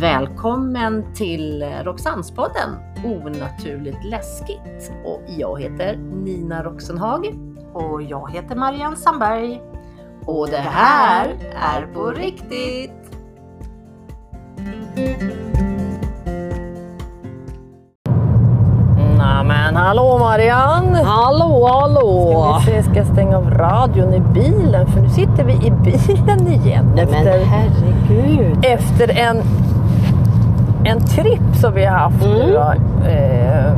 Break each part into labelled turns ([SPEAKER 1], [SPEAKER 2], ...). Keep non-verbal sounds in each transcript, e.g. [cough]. [SPEAKER 1] Välkommen till Roxannespodden Onaturligt läskigt. Och jag heter Nina Roxenhag.
[SPEAKER 2] Och jag heter Marianne Sandberg.
[SPEAKER 1] Och det här är på riktigt!
[SPEAKER 3] Nämen hallå Marianne!
[SPEAKER 2] Hallå, hallå!
[SPEAKER 3] Ska vi se, ska jag stänga av radion i bilen? För nu sitter vi i bilen igen
[SPEAKER 2] Nej men
[SPEAKER 3] efter,
[SPEAKER 2] herregud.
[SPEAKER 3] efter en, en tripp som vi har haft nu då, eh,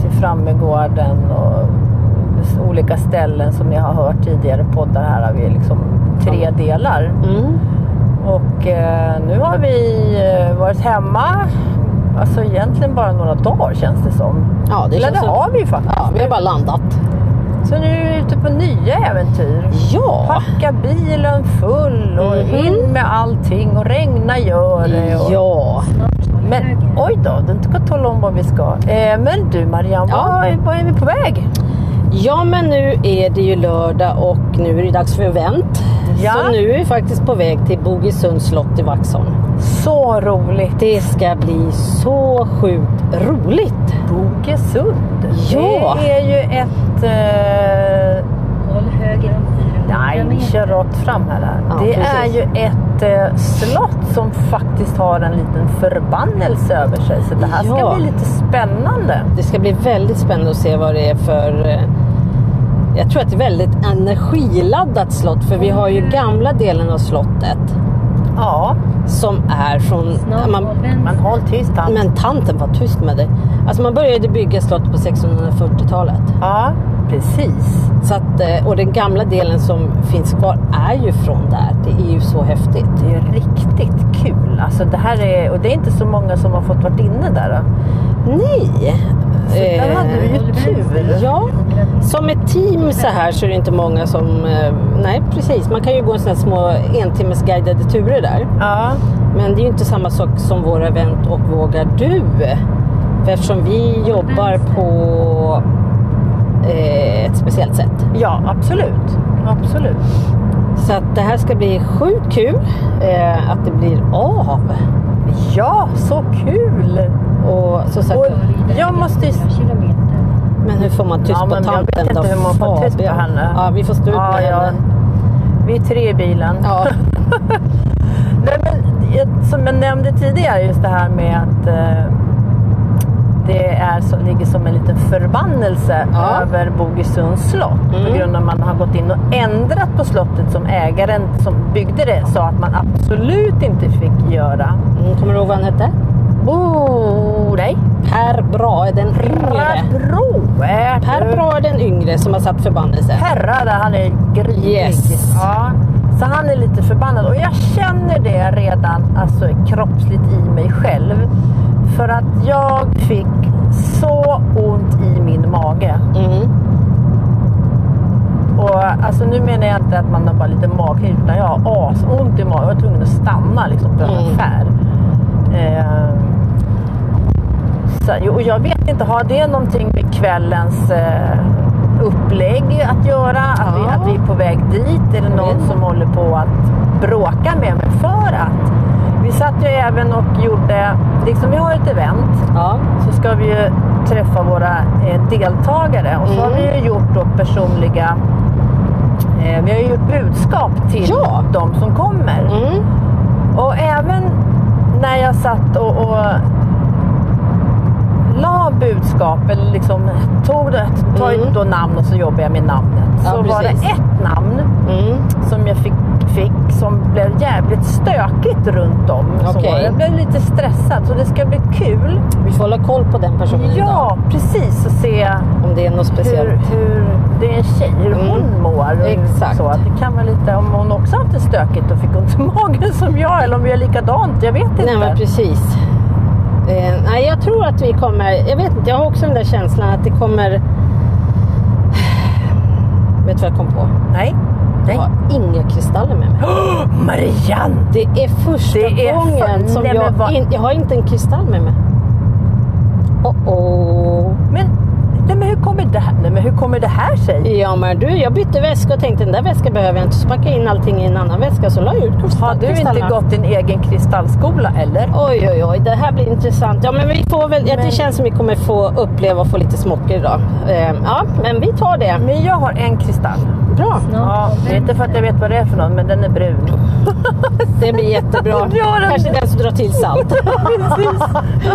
[SPEAKER 3] till Frammegården och olika ställen som ni har hört tidigare poddar här har vi liksom tre delar.
[SPEAKER 2] Mm.
[SPEAKER 3] Och eh, nu har vi eh, varit hemma, alltså egentligen bara några dagar känns det som.
[SPEAKER 2] Ja, det
[SPEAKER 3] Eller
[SPEAKER 2] känns
[SPEAKER 3] det
[SPEAKER 2] som,
[SPEAKER 3] har vi ju faktiskt.
[SPEAKER 2] ja, vi har bara landat.
[SPEAKER 3] Så nu är vi ute på nya äventyr.
[SPEAKER 2] Ja!
[SPEAKER 3] Packa bilen full och
[SPEAKER 2] Mhm.
[SPEAKER 3] in med allting och regna gör det. Och...
[SPEAKER 2] Ja,
[SPEAKER 3] Men oj då, du inte kan tala om vad vi ska. Eh, men du Marianne,
[SPEAKER 2] Ja.
[SPEAKER 3] var, var är vi på väg?
[SPEAKER 2] Ja men nu är det ju lördag och nu är det dags för event.
[SPEAKER 3] Ja.
[SPEAKER 2] Så nu är vi faktiskt på väg till Bogesunds slott i Vaxholm.
[SPEAKER 3] Så roligt!
[SPEAKER 2] Det ska bli så sjukt roligt.
[SPEAKER 3] Bogesund.
[SPEAKER 2] Ja.
[SPEAKER 3] Det är ju ett... Eh... Nej, vi kör rakt fram här. där.
[SPEAKER 2] Ja,
[SPEAKER 3] det
[SPEAKER 2] precis.
[SPEAKER 3] är ju ett eh, slott som faktiskt har en liten förbannelse över sig. Så det här ska
[SPEAKER 2] Ja.
[SPEAKER 3] bli lite spännande.
[SPEAKER 2] Det ska bli väldigt spännande att se vad det är för eh, jag tror att det är väldigt energiladdat slott för vi har ju gamla delen av slottet
[SPEAKER 3] Ja,
[SPEAKER 2] som är från... Man,
[SPEAKER 3] men håll tyst Hans.
[SPEAKER 2] men tanten var tyst med dig. Alltså man började bygga slottet på 1640-talet.
[SPEAKER 3] Ja, precis.
[SPEAKER 2] Så att, eh, och den gamla delen som finns kvar är ju från där. Det är ju så häftigt.
[SPEAKER 3] Det är riktigt kul. Alltså det här är, och det är inte så många som har fått varit inne där. Då.
[SPEAKER 2] Nej! Eh,
[SPEAKER 3] Så där hade vi ju tur.
[SPEAKER 2] Ja, som ett team så här så är det inte många som... eh, Nej, precis. Man kan ju gå en sån här små entimmesguidade turer där.
[SPEAKER 3] Ja,
[SPEAKER 2] Men det är ju inte samma sak som våra event och Vågar du? För eftersom vi jobbar
[SPEAKER 3] Mm.
[SPEAKER 2] på eh, ett speciellt sätt.
[SPEAKER 3] ja absolut. Absolut.
[SPEAKER 2] Så att det här ska bli sjukt kul eh, att det blir av.
[SPEAKER 3] Ja, så kul!
[SPEAKER 2] Och så sagt,
[SPEAKER 3] Och jag måste ju...
[SPEAKER 2] men hur får man tyst
[SPEAKER 3] Ja,
[SPEAKER 2] på
[SPEAKER 3] men jag
[SPEAKER 2] tanten
[SPEAKER 3] vet inte
[SPEAKER 2] då?
[SPEAKER 3] hur man får tyst på
[SPEAKER 2] Fabian.
[SPEAKER 3] henne.
[SPEAKER 2] Ja, vi får stå ut
[SPEAKER 3] Ja,
[SPEAKER 2] med
[SPEAKER 3] ja.
[SPEAKER 2] henne.
[SPEAKER 3] Vi är tre i bilen.
[SPEAKER 2] Ja.
[SPEAKER 3] Nej, men, jag- som jag nämnde tidigare, just det här med att eh, det är, så, ligger som en liten förbannelse
[SPEAKER 2] Ja.
[SPEAKER 3] över Bogesunds slott.
[SPEAKER 2] Mm.
[SPEAKER 3] På grund av att man har gått in och ändrat på slottet som ägaren som byggde det sa att man absolut inte fick göra.
[SPEAKER 2] Mm, Kommer du ihåg vad han hette?
[SPEAKER 3] Oh, nej.
[SPEAKER 2] Per Brahe den yngre.
[SPEAKER 3] Perrabro.
[SPEAKER 2] Per Brahe den yngre som har satt förbannelse.
[SPEAKER 3] Perra där, han är grinig.
[SPEAKER 2] Yes.
[SPEAKER 3] Ja. Så han är lite förbannad och jag känner det redan alltså, kroppsligt i mig själv. För att jag fick så ont i min mage.
[SPEAKER 2] Mm.
[SPEAKER 3] Och alltså, nu menar jag inte att man har bara lite magknip utan jag har asont i magen. Jag var tvungen att stanna liksom, på en
[SPEAKER 2] Mm.
[SPEAKER 3] affär. Ehm. Så, jo, och jag vet inte, har det någonting med kvällens eh, upplägg att göra? Att, vi,
[SPEAKER 2] Ja. Mm.
[SPEAKER 3] att vi är på väg dit? Är det någon
[SPEAKER 2] vet
[SPEAKER 3] som håller på att bråka med mig för att? Vi satt ju även och gjorde, liksom vi har ett event
[SPEAKER 2] Ja.
[SPEAKER 3] så ska vi ju träffa våra eh, deltagare och så har
[SPEAKER 2] Mm.
[SPEAKER 3] vi ju gjort då personliga eh, vi har ju gjort budskap till
[SPEAKER 2] Ja.
[SPEAKER 3] de som kommer.
[SPEAKER 2] Mm.
[SPEAKER 3] Och även när jag satt och, och la budskap, eller liksom tog det, tar
[SPEAKER 2] Mm.
[SPEAKER 3] mm. då namn och så jobbar jag med namnet.
[SPEAKER 2] Ja,
[SPEAKER 3] så var det
[SPEAKER 2] precis.
[SPEAKER 3] ett namn
[SPEAKER 2] Mm.
[SPEAKER 3] som jag fick, fick som blev jävligt stökigt runt om. Så
[SPEAKER 2] Okej.
[SPEAKER 3] jag blev lite stressad så det ska bli kul.
[SPEAKER 2] Vi får hålla koll på den personen idag.
[SPEAKER 3] Ja, precis. Och se
[SPEAKER 2] Om det är något
[SPEAKER 3] hur,
[SPEAKER 2] speciellt.
[SPEAKER 3] hur det är en tjej, hur
[SPEAKER 2] Mm.
[SPEAKER 3] hon mår. och
[SPEAKER 2] Exakt.
[SPEAKER 3] Så att det kan vara lite, om hon också haft det stökigt och fick ont i [laughs] magen som jag eller om vi är likadant. Jag vet inte.
[SPEAKER 2] Nej men precis. Eh, nej jag tror att vi kommer, jag vet inte, jag har också den där känslan att det kommer... Vet du vad jag kom på?
[SPEAKER 3] Nej.
[SPEAKER 2] Jag
[SPEAKER 3] Nej.
[SPEAKER 2] har inga kristaller med mig.
[SPEAKER 3] [gasps] Marianne!
[SPEAKER 2] Det är första
[SPEAKER 3] Det är för-
[SPEAKER 2] gången som
[SPEAKER 3] Nej, men
[SPEAKER 2] jag...
[SPEAKER 3] vad-
[SPEAKER 2] In, jag har inte en kristall med mig. Oh oh.
[SPEAKER 3] Men, nej, men hur kommer det här? Nej, men men hur kommer det här sig?
[SPEAKER 2] Ja men du, jag bytte väska och tänkte den där väskan behöver jag inte. Så packade jag in allting i en annan väska så la jag ut
[SPEAKER 3] Har du inte
[SPEAKER 2] kristallerna.
[SPEAKER 3] gått din egen kristallskola eller?
[SPEAKER 2] Oj oj oj, det här blir intressant. Ja men vi får väl, ja, det känns som vi kommer få uppleva och få lite smocker idag. Eh, ja, men vi tar det.
[SPEAKER 3] Men jag har en kristall.
[SPEAKER 2] Bra,
[SPEAKER 3] Ja, det är inte för att jag vet vad det är för någon, men den är brun.
[SPEAKER 2] [laughs] det blir
[SPEAKER 3] [laughs]
[SPEAKER 2] jättebra.
[SPEAKER 3] Ja, den-
[SPEAKER 2] Kanske den som drar till salt. [laughs]
[SPEAKER 3] Precis,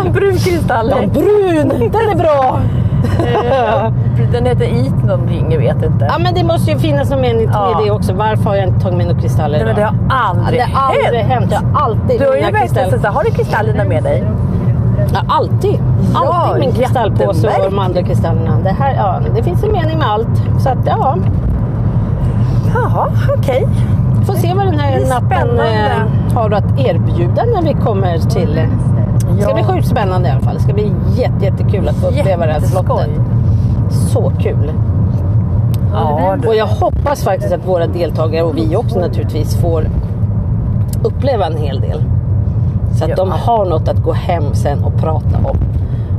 [SPEAKER 3] en brun kristall.
[SPEAKER 2] Ja, brun, den är bra. Eh,
[SPEAKER 3] Den heter It någonting, jag vet inte.
[SPEAKER 2] Ja men det måste ju finnas någon mening till
[SPEAKER 3] Ja.
[SPEAKER 2] det också. Varför har jag inte tagit med några kristaller
[SPEAKER 3] Nej, men
[SPEAKER 2] idag?
[SPEAKER 3] det har aldrig,
[SPEAKER 2] det har aldrig
[SPEAKER 3] hänt.
[SPEAKER 2] hänt. Jag har alltid
[SPEAKER 3] Du har ju
[SPEAKER 2] mina
[SPEAKER 3] verkligen
[SPEAKER 2] kristaller.
[SPEAKER 3] så här, har du kristallerna med dig?
[SPEAKER 2] Ja, alltid.
[SPEAKER 3] Ja,
[SPEAKER 2] Alltid min kristallpåse och de andra kristallerna. Det, här, ja, det finns en mening med allt. Så att, ja,
[SPEAKER 3] Jaha, okej.
[SPEAKER 2] får se vad den här
[SPEAKER 3] Det är
[SPEAKER 2] natten
[SPEAKER 3] spännande.
[SPEAKER 2] eh, har att erbjuda när vi kommer till... eh, Det ska
[SPEAKER 3] Ja.
[SPEAKER 2] bli sjukt spännande i alla fall. Det ska bli jätte, jättekul att få uppleva det här slottet.
[SPEAKER 3] Jätteskoj.
[SPEAKER 2] Så kul.
[SPEAKER 3] Ja,
[SPEAKER 2] Och
[SPEAKER 3] du.
[SPEAKER 2] jag hoppas faktiskt att våra deltagare och vi också naturligtvis får uppleva en hel del. Så att
[SPEAKER 3] Ja.
[SPEAKER 2] de har något att gå hem sen och prata om.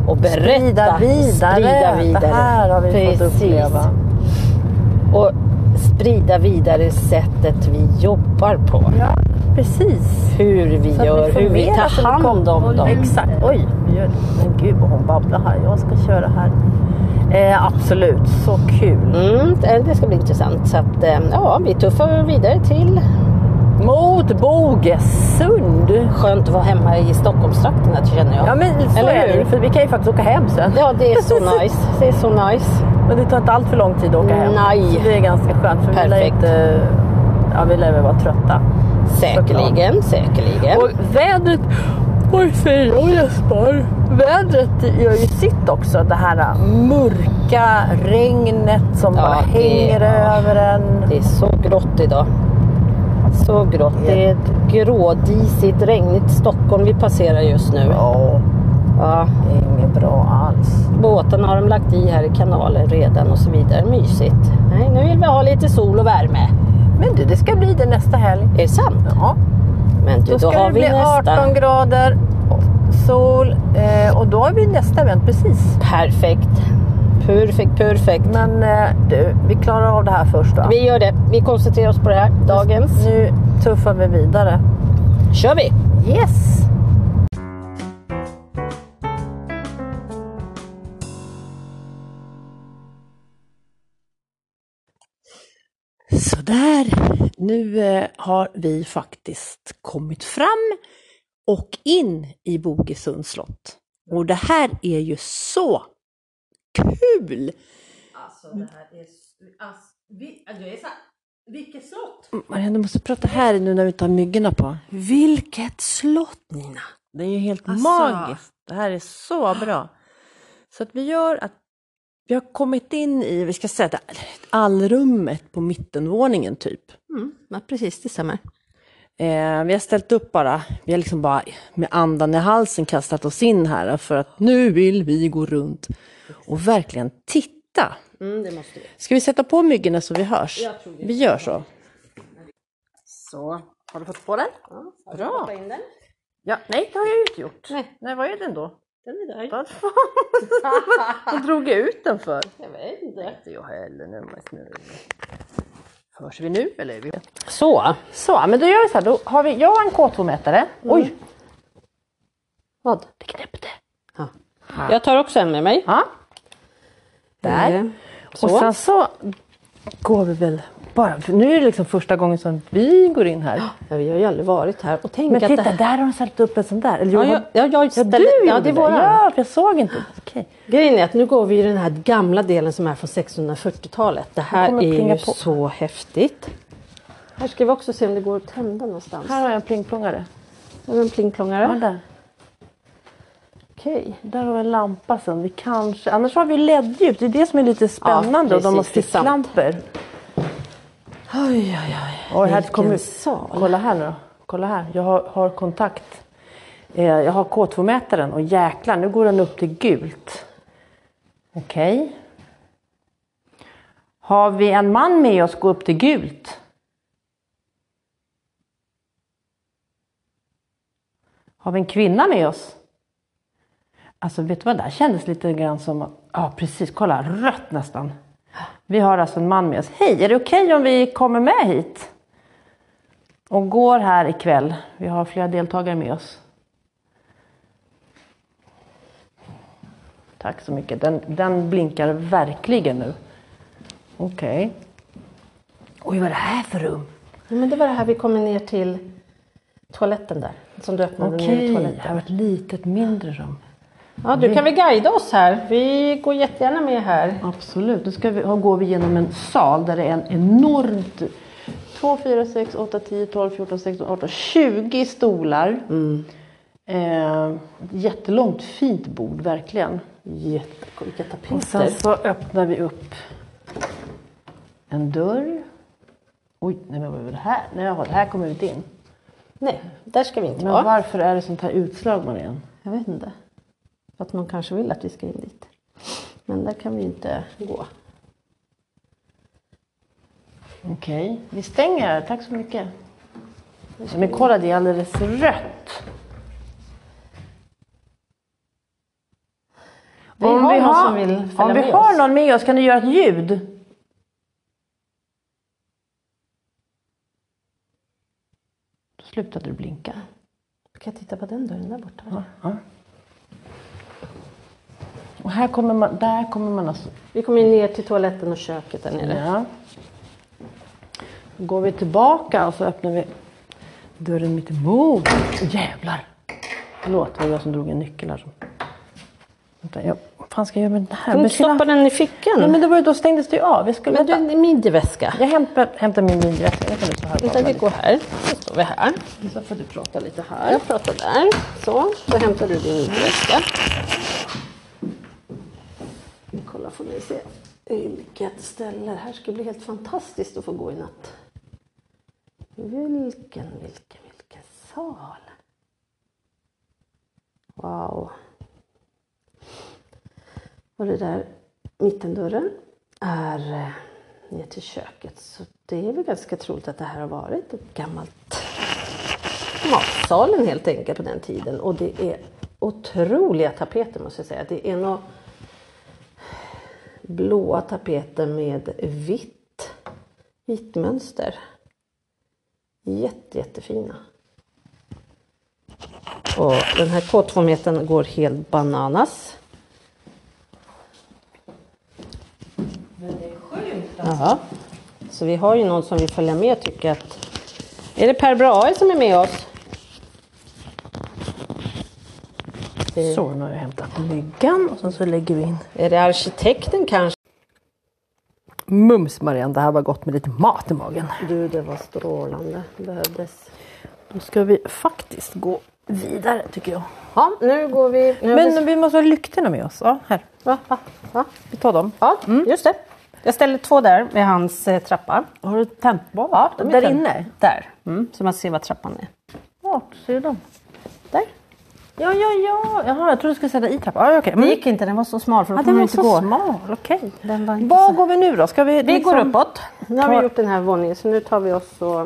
[SPEAKER 2] Och berätta.
[SPEAKER 3] Sprida vidare.
[SPEAKER 2] Sprida vidare.
[SPEAKER 3] Det här har vi fått
[SPEAKER 2] Precis.
[SPEAKER 3] uppleva.
[SPEAKER 2] Och sprida vidare sättet vi jobbar på.
[SPEAKER 3] Ja, precis.
[SPEAKER 2] Hur vi
[SPEAKER 3] Så att
[SPEAKER 2] gör,
[SPEAKER 3] får
[SPEAKER 2] hur vi
[SPEAKER 3] mer att
[SPEAKER 2] tar
[SPEAKER 3] det
[SPEAKER 2] hand
[SPEAKER 3] kom-
[SPEAKER 2] om dem.
[SPEAKER 3] Exakt. Oj, nu gör- men gud vad hon babblar här. Jag ska köra här. Eh, absolut, så kul.
[SPEAKER 2] Mm, det- det ska bli intressant. Så att, eh, ja, vi tuffar vidare till
[SPEAKER 3] Mot Bogesund.
[SPEAKER 2] skönt att vara hemma i Stockholmstrakterna känner jag.
[SPEAKER 3] Ja men så
[SPEAKER 2] Eller
[SPEAKER 3] är det
[SPEAKER 2] hur?
[SPEAKER 3] ju, För vi kan ju faktiskt åka hem sen.
[SPEAKER 2] Ja, det är så nice. Det är så nice.
[SPEAKER 3] Men det tar inte allt för lång tid att åka hem.
[SPEAKER 2] Nej.
[SPEAKER 3] Så det är ganska skönt. För vi lär
[SPEAKER 2] Perfekt.
[SPEAKER 3] inte... Ja, vi lär väl vara trötta.
[SPEAKER 2] Säkerligen, säkerligen.
[SPEAKER 3] Och vädret... Oj, säger jag och gäspar. Vädret gör ju sitt också. Det här mörka regnet som
[SPEAKER 2] Ja,
[SPEAKER 3] bara
[SPEAKER 2] det-
[SPEAKER 3] hänger
[SPEAKER 2] ja.
[SPEAKER 3] över en.
[SPEAKER 2] Det är så grått idag. Så grått. Det är ett grådisigt, regnigt Stockholm vi passerar just nu.
[SPEAKER 3] Ja,
[SPEAKER 2] Ja,
[SPEAKER 3] det är inget bra alls.
[SPEAKER 2] båtarna har de lagt i här i kanalen redan och så vidare. Mysigt. Nej, nu vill vi ha lite sol och värme.
[SPEAKER 3] Men du, det ska bli det nästa helg.
[SPEAKER 2] Är det sant?
[SPEAKER 3] Ja.
[SPEAKER 2] Men du,
[SPEAKER 3] Då
[SPEAKER 2] då,
[SPEAKER 3] ska
[SPEAKER 2] har
[SPEAKER 3] det
[SPEAKER 2] vi
[SPEAKER 3] bli 18
[SPEAKER 2] nästa.
[SPEAKER 3] grader, sol eh, och då har vi nästa event precis.
[SPEAKER 2] Perfekt. Perfekt, perfekt.
[SPEAKER 3] Men eh, du, vi klarar av det här först va?
[SPEAKER 2] Vi gör det. Vi koncentrerar oss på det här. Dagens.
[SPEAKER 3] Nu tuffar vi vidare.
[SPEAKER 2] kör vi!
[SPEAKER 3] Yes!
[SPEAKER 1] Sådär, nu eh, har vi faktiskt kommit fram och in i Bogesunds slott. Och det här är ju så kul!
[SPEAKER 2] Alltså det här är... Alltså, vi, det är så, vilket slott!
[SPEAKER 1] Marianne, du måste prata här nu när vi tar myggorna på. Vilket slott Nina!
[SPEAKER 3] Det är ju helt
[SPEAKER 1] Alltså.
[SPEAKER 3] magiskt. Det här är så bra. Så att vi gör att
[SPEAKER 1] Vi har kommit in i, vi ska säga att allrummet på mittenvåningen typ.
[SPEAKER 2] Mm, ja, precis, det stämmer.
[SPEAKER 1] Eh, vi har ställt upp bara, vi har liksom bara med andan i halsen kastat oss in här för att nu vill vi gå runt och verkligen titta.
[SPEAKER 2] Mm, det måste vi.
[SPEAKER 1] Ska vi sätta på myggorna så vi hörs? Vi gör så.
[SPEAKER 3] Så, har du fått på den?
[SPEAKER 2] Bra! In den.
[SPEAKER 3] Ja, nej det har jag ju inte gjort.
[SPEAKER 2] Nej.
[SPEAKER 3] nej vad är den då?
[SPEAKER 2] den är där.
[SPEAKER 3] Vad fan? Vad drog jag ut den för?
[SPEAKER 2] Jag vet inte.
[SPEAKER 3] Inte jag heller nu. men nu- Hörs vi nu eller? Är vi...
[SPEAKER 2] Så,
[SPEAKER 3] Så, men då gör vi så här. Då har vi, jag har en K2-mätare. Oj,
[SPEAKER 2] vad?
[SPEAKER 3] Mm. det knäppte.
[SPEAKER 2] Jag tar också en med mig.
[SPEAKER 3] Ja, Där.
[SPEAKER 2] Eh, Så.
[SPEAKER 3] och sen så går vi väl bara... för Nu är det liksom första gången som vi går in här.
[SPEAKER 2] Ja, vi har ju aldrig varit här. Och tänk
[SPEAKER 3] Men
[SPEAKER 2] att
[SPEAKER 3] titta,
[SPEAKER 2] det här...
[SPEAKER 3] där har de ställt upp en sån där. Eller,
[SPEAKER 2] Ja,
[SPEAKER 3] jo,
[SPEAKER 2] jag, jag, jag
[SPEAKER 3] ja,
[SPEAKER 2] ställde...
[SPEAKER 3] du
[SPEAKER 2] ja,
[SPEAKER 3] gjorde
[SPEAKER 2] det
[SPEAKER 3] det
[SPEAKER 2] är våran.
[SPEAKER 3] Ja, för jag såg inte. Okej.
[SPEAKER 2] Grejen är att nu går vi i den här gamla delen som är från 1640-talet. Det här
[SPEAKER 3] kommer
[SPEAKER 2] är
[SPEAKER 3] plinga
[SPEAKER 2] ju
[SPEAKER 3] på.
[SPEAKER 2] så häftigt. Här ska vi också se om det går att tända någonstans.
[SPEAKER 3] Här har jag en plingplongare.
[SPEAKER 2] Här är en
[SPEAKER 3] Ja,
[SPEAKER 2] plingplongare.
[SPEAKER 3] där.
[SPEAKER 2] Okej.
[SPEAKER 3] Där har vi en lampa sen. Vi kanske... Annars har vi LED-ljus. Det är det som är lite spännande. och de har
[SPEAKER 2] precis, det är sant.
[SPEAKER 3] ficklampor.
[SPEAKER 2] Oj, oj, oj.
[SPEAKER 3] Oj, här
[SPEAKER 2] Vilken
[SPEAKER 3] kommer...
[SPEAKER 2] sal.
[SPEAKER 3] Kolla här nu då. Kolla här. Jag har, har kontakt. Eh, jag har K2-mätaren och jäklar, nu går den upp till gult. Okej. Har vi en man med oss gå upp till gult? Har vi en kvinna med oss? Alltså vet du vad, det där kändes lite grann som... Ja precis, kolla, rött nästan. Vi har alltså en man med oss. Hej, är det okej om vi kommer med hit? Och går här ikväll. Vi har flera deltagare med oss. Tack så mycket. Den, den blinkar verkligen nu. Okej. Oj, vad är det här för rum?
[SPEAKER 2] Ja, men det var det här vi kommer ner till toaletten där. Som du öppnade ner i
[SPEAKER 3] Okej, det här
[SPEAKER 2] toaletten.
[SPEAKER 3] var ett litet mindre rum.
[SPEAKER 2] Ja, du kan väl guida oss här. Vi går jättegärna med här.
[SPEAKER 3] Absolut. Nu ska vi, och går vi genom en sal där det är en enormt... 2, 4, 6, 8, 10, 12, 14, 16, 18, 20 stolar. Eh, jättelångt fint bord, verkligen. Jätte, vilka tapeter. Och sen så öppnar vi upp en dörr. Oj, nej men vad är det här? Nej, jaha, det här kommer vi inte in.
[SPEAKER 2] Nej, där ska vi inte
[SPEAKER 3] Men
[SPEAKER 2] vara.
[SPEAKER 3] varför är det sånt här utslag, Marianne?
[SPEAKER 2] Jag vet inte. För att man kanske vill att vi ska in dit. Men där kan vi inte gå.
[SPEAKER 3] Okej, vi stänger här. Tack så mycket. Men kolla, det är alldeles rött.
[SPEAKER 2] Vi har någon som vill följa
[SPEAKER 3] om vi
[SPEAKER 2] med
[SPEAKER 3] har
[SPEAKER 2] oss.
[SPEAKER 3] någon med oss, kan du göra ett ljud? Då slutade du blinka.
[SPEAKER 2] Kan jag titta på den dörren där borta?
[SPEAKER 3] Och här kommer man, där kommer man alltså...
[SPEAKER 2] Vi kommer ju ner till toaletten och köket där nere.
[SPEAKER 3] Ja. Då går vi tillbaka och så öppnar vi dörren mitt emot. Åh, Jävlar! Förlåt, det var jag som drog en nyckel här. Vänta, jag, vad fan ska jag göra med den här?
[SPEAKER 2] Kan du
[SPEAKER 3] Men
[SPEAKER 2] inte
[SPEAKER 3] skulle jag-
[SPEAKER 2] stoppa den i fickan?
[SPEAKER 3] Nej, men det var ju, då stängdes det ju av. Jag, skulle,
[SPEAKER 2] Men du,
[SPEAKER 3] vänta,
[SPEAKER 2] det är midjeväska.
[SPEAKER 3] jag hämtar, hämtar min midjeväska. Jag kan inte här och
[SPEAKER 2] Vänta,
[SPEAKER 3] prata
[SPEAKER 2] vi
[SPEAKER 3] lite.
[SPEAKER 2] går här. Så står vi här.
[SPEAKER 3] Så får du prata lite här.
[SPEAKER 2] här. Jag pratar där. Så, så hämtar du din väska. Kolla får ni se vilket ställe. Det här ska bli helt fantastiskt att få gå i natt. Vilken, vilken, vilken sal. Wow. Och det där mittendörren är eh, ner till köket. Så det är väl ganska troligt att det här har varit ett gammalt matsalen helt enkelt på den tiden. Och det är otroliga tapeter måste jag säga. Det är några blåa tapeter med vitt, vitt mönster. Jätte, jättefina. Och den här K2-metern går helt bananas. Men det är sjukt alltså. Ja. Så vi har ju någon som vill följa med tycker att är det Per Brahe som är med oss?
[SPEAKER 3] Så, nu har jag hämtat myggan och sen så lägger vi in...
[SPEAKER 2] Är det arkitekten kanske?
[SPEAKER 3] Mums Marianne, det här var gott med lite mat i magen.
[SPEAKER 2] Du, det var strålande. Behövdes.
[SPEAKER 3] Då ska vi faktiskt gå vidare tycker jag.
[SPEAKER 2] Ja, nu går vi. Nu har
[SPEAKER 3] Men vi måste ha lyktorna med oss. Ja, här.
[SPEAKER 2] vi... Va, va, va?
[SPEAKER 3] Vi tar dem.
[SPEAKER 2] Ja, just det. Jag ställer två där vid hans eh, trappa.
[SPEAKER 3] Har du tänt på?
[SPEAKER 2] Ja, de är
[SPEAKER 3] Där
[SPEAKER 2] tänd-
[SPEAKER 3] inne?
[SPEAKER 2] Där. Mm. Så man ser vad trappan är.
[SPEAKER 3] Vart ser de?
[SPEAKER 2] Där.
[SPEAKER 3] Ja, ja, ja. Jaha, jag trodde du skulle sätta i trappan. Ja, okej.
[SPEAKER 2] Det
[SPEAKER 3] Mm.
[SPEAKER 2] gick inte, den var så smal för då
[SPEAKER 3] Ja,
[SPEAKER 2] ja,
[SPEAKER 3] den
[SPEAKER 2] kunde
[SPEAKER 3] var
[SPEAKER 2] man inte
[SPEAKER 3] så
[SPEAKER 2] gå.
[SPEAKER 3] smal. Okej.
[SPEAKER 2] Den var inte
[SPEAKER 3] Var
[SPEAKER 2] så-
[SPEAKER 3] går vi nu då? Ska vi,
[SPEAKER 2] Vi
[SPEAKER 3] liksom-
[SPEAKER 2] går uppåt. Nu har
[SPEAKER 3] Tar-
[SPEAKER 2] vi gjort den här våningen så nu tar vi oss och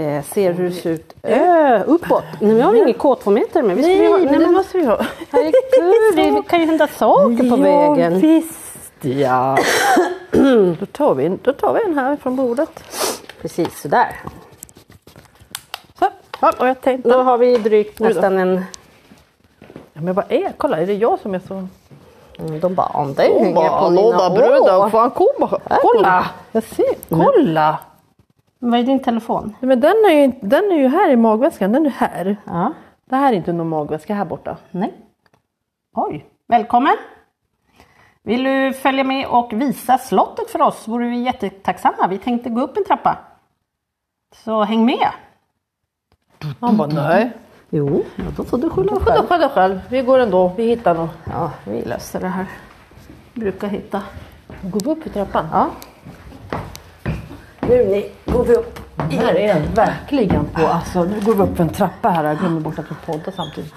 [SPEAKER 2] eh, ser hur det ser ut Ö, uppåt. Nej, men jag har ingen K2-meter med. Vi skulle
[SPEAKER 3] Nej,
[SPEAKER 2] ju ha-
[SPEAKER 3] men det måste vi ha. [laughs]
[SPEAKER 2] Herregud, [laughs] det kan ju hända saker på vägen.
[SPEAKER 3] Ja, visst ja. [clears throat] då, tar vi, då tar vi en här från bordet.
[SPEAKER 2] Precis sådär.
[SPEAKER 3] Så. Ja, och jag tänkte,
[SPEAKER 2] Då har vi drygt
[SPEAKER 3] då.
[SPEAKER 2] nästan en...
[SPEAKER 3] Ja, men vad är Kolla, är det jag som är så...
[SPEAKER 2] Mm, De bara, om dig hänger på mina
[SPEAKER 3] bröder,
[SPEAKER 2] år.
[SPEAKER 3] fan komma.
[SPEAKER 2] Kolla!
[SPEAKER 3] Kolla! Jag ser, kolla!
[SPEAKER 2] Vad är din telefon?
[SPEAKER 3] Nej, men den, är ju, den är ju här i magväskan, den är här.
[SPEAKER 2] Ja.
[SPEAKER 3] Det här är inte någon magväska här borta.
[SPEAKER 2] Nej. Oj. Välkommen! Vill du följa med och visa slottet för oss vore vi jättetacksamma. Vi tänkte gå upp en trappa. Så häng med!
[SPEAKER 3] Han bara nej.
[SPEAKER 2] Jo, ja, då får du skylla
[SPEAKER 3] Sköt dig själv, själv. Vi går ändå, vi hittar någon.
[SPEAKER 2] Ja, vi löser det här. Brukar hitta.
[SPEAKER 3] Går vi upp i trappan?
[SPEAKER 2] Ja. Nu ni, går vi upp.
[SPEAKER 3] Det här är jag verkligen på. Alltså, nu går vi upp för en trappa här. Jag glömmer bort att vi poddar samtidigt.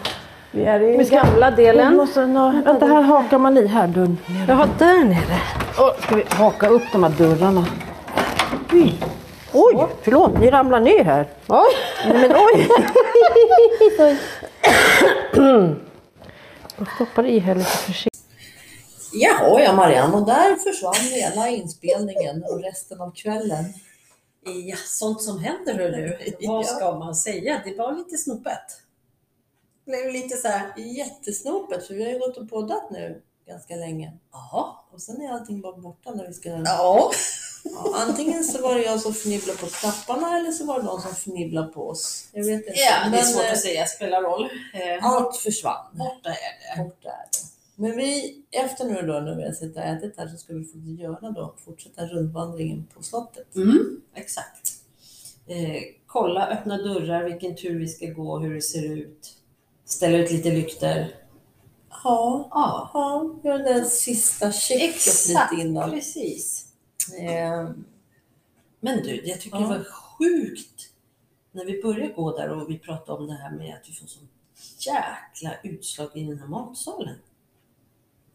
[SPEAKER 3] Vi är i
[SPEAKER 2] Den gamla
[SPEAKER 3] Vi
[SPEAKER 2] delen.
[SPEAKER 3] måste, nå, vänta, här hakar man i. Här dörren.
[SPEAKER 2] Jaha, där nere.
[SPEAKER 3] Och ska vi haka upp de här dörrarna. Oj, oj förlåt, ni ramlar ner här.
[SPEAKER 2] Oj!
[SPEAKER 3] Nej, men
[SPEAKER 2] [laughs]
[SPEAKER 3] oj! [clears throat] Jag stoppar i här lite försiktigt.
[SPEAKER 4] Jaha ja Marianne, och där försvann hela inspelningen och resten av kvällen.
[SPEAKER 5] Ja, sånt som händer hörru.
[SPEAKER 4] Ja.
[SPEAKER 5] Vad ska man säga? Det var lite snopet.
[SPEAKER 4] Det blev lite så här jättesnopet, för vi har ju gått och poddat nu ganska länge.
[SPEAKER 5] Jaha.
[SPEAKER 4] Och sen är allting bara borta när vi ska...
[SPEAKER 5] Ja.
[SPEAKER 4] Ja, antingen så var det jag som fnibblade på knapparna eller så var det någon som fnibblade på oss. Jag vet inte.
[SPEAKER 5] ja, det är
[SPEAKER 4] Men,
[SPEAKER 5] svårt
[SPEAKER 4] eh,
[SPEAKER 5] att säga. Spelar roll. Eh,
[SPEAKER 4] Allt försvann.
[SPEAKER 5] Borta är det.
[SPEAKER 4] Borta är det. Men vi, efter nu då när vi har suttit och ätit här så ska vi få göra då, fortsätta rundvandringen på slottet.
[SPEAKER 5] Mm, exakt. Eh, kolla öppna dörrar, vilken tur vi ska gå, hur det ser ut. Ställa ut lite lykter.
[SPEAKER 4] Ja,
[SPEAKER 5] Ja,
[SPEAKER 4] ja, gör det där sista checket
[SPEAKER 5] exakt.
[SPEAKER 4] lite innan.
[SPEAKER 5] Precis.
[SPEAKER 4] Eh,
[SPEAKER 5] Men du, jag tycker
[SPEAKER 4] Ja.
[SPEAKER 5] det var sjukt när vi började gå där och vi pratade om det här med att vi får sån jäkla utslag i den här matsalen.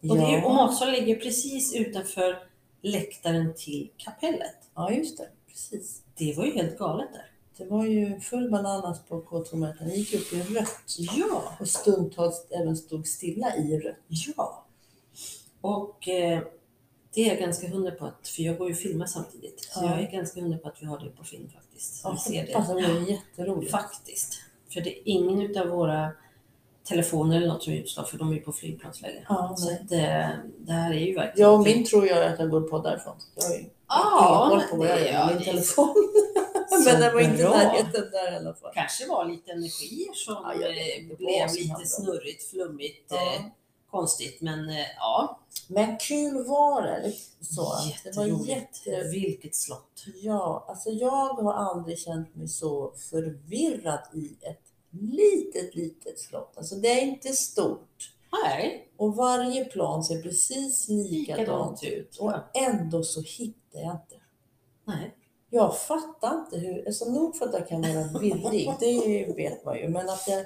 [SPEAKER 5] Och, det är, ju- och
[SPEAKER 4] ja.
[SPEAKER 5] matsalen ligger precis utanför läktaren till kapellet.
[SPEAKER 4] ja, just det. Precis.
[SPEAKER 5] Det var ju helt galet där.
[SPEAKER 4] Det var ju full bananas på K2-mötet. Den gick upp i rött
[SPEAKER 5] Ja,
[SPEAKER 4] och stundtals även stod stilla i rött.
[SPEAKER 5] ja. Och eh, det är jag ganska hundra på att, för jag går ju och filmar samtidigt, så
[SPEAKER 4] Ja.
[SPEAKER 5] jag är ganska hundra på att vi har det på film faktiskt. Så
[SPEAKER 4] Jag
[SPEAKER 5] vi ser
[SPEAKER 4] hoppas det
[SPEAKER 5] det.
[SPEAKER 4] blir jätteroligt.
[SPEAKER 5] Faktiskt. För det är ingen utav våra telefoner eller något som är utslag, för de är ju på flygplansläge.
[SPEAKER 4] Ja,
[SPEAKER 5] Så
[SPEAKER 4] nej.
[SPEAKER 5] att, eh, det här är ju verkligen...
[SPEAKER 4] ja, och min tror jag att jag går på därifrån. Jag har ju
[SPEAKER 5] Ja,
[SPEAKER 4] ingen
[SPEAKER 5] men
[SPEAKER 4] koll på vad jag
[SPEAKER 5] det-
[SPEAKER 4] gör
[SPEAKER 5] ja,
[SPEAKER 4] med
[SPEAKER 5] det-
[SPEAKER 4] min telefon. [laughs] men den var inte i
[SPEAKER 5] bra.
[SPEAKER 4] närheten där i alla fall.
[SPEAKER 5] kanske var lite energier som
[SPEAKER 4] Ja, jag vet
[SPEAKER 5] eh,
[SPEAKER 4] inte vad
[SPEAKER 5] blev
[SPEAKER 4] som
[SPEAKER 5] lite
[SPEAKER 4] hände.
[SPEAKER 5] snurrigt, flummigt,
[SPEAKER 4] Ja.
[SPEAKER 5] eh, konstigt. Men eh, ja,
[SPEAKER 4] Men kul var det. liksom Så. Det var
[SPEAKER 5] jätteroligt.
[SPEAKER 4] jätte...
[SPEAKER 5] Vilket slott.
[SPEAKER 4] Ja, alltså jag har aldrig känt mig så förvirrad i ett litet, litet slott. Alltså det är inte stort.
[SPEAKER 5] Nej,
[SPEAKER 4] Och varje plan ser precis likadant
[SPEAKER 5] likadant
[SPEAKER 4] ut.
[SPEAKER 5] ut.
[SPEAKER 4] Och
[SPEAKER 5] Ja.
[SPEAKER 4] ändå så hittar jag inte.
[SPEAKER 5] Nej.
[SPEAKER 4] Jag fattar inte hur, alltså nog för att jag kan vara virrig, det vet man ju, men att jag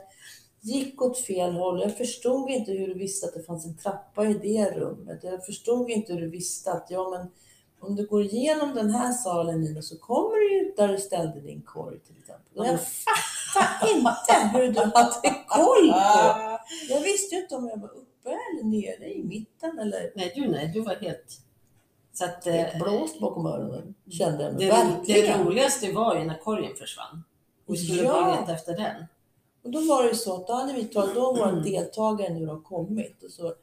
[SPEAKER 4] gick åt fel håll. Jag förstod inte hur du visste att det fanns en trappa i det rummet. Jag förstod inte hur du visste att, ja men om du går igenom den här salen Nina så kommer du ju där du ställde din korg till exempel. Och jag fattar inte hur du hade koll på. Jag visste ju inte om jag var uppe eller nere i mitten eller
[SPEAKER 5] Nej, du nej, du var helt... Så att, eh,
[SPEAKER 4] det blåst bakom öronen kände jag mig
[SPEAKER 5] det, det
[SPEAKER 4] verkligen.
[SPEAKER 5] roligaste var ju när korgen försvann. Och vi skulle
[SPEAKER 4] Ja.
[SPEAKER 5] bara leta efter den.
[SPEAKER 4] Och då var det ju så att då hade vi tagit, då våra deltagare nu har kommit och så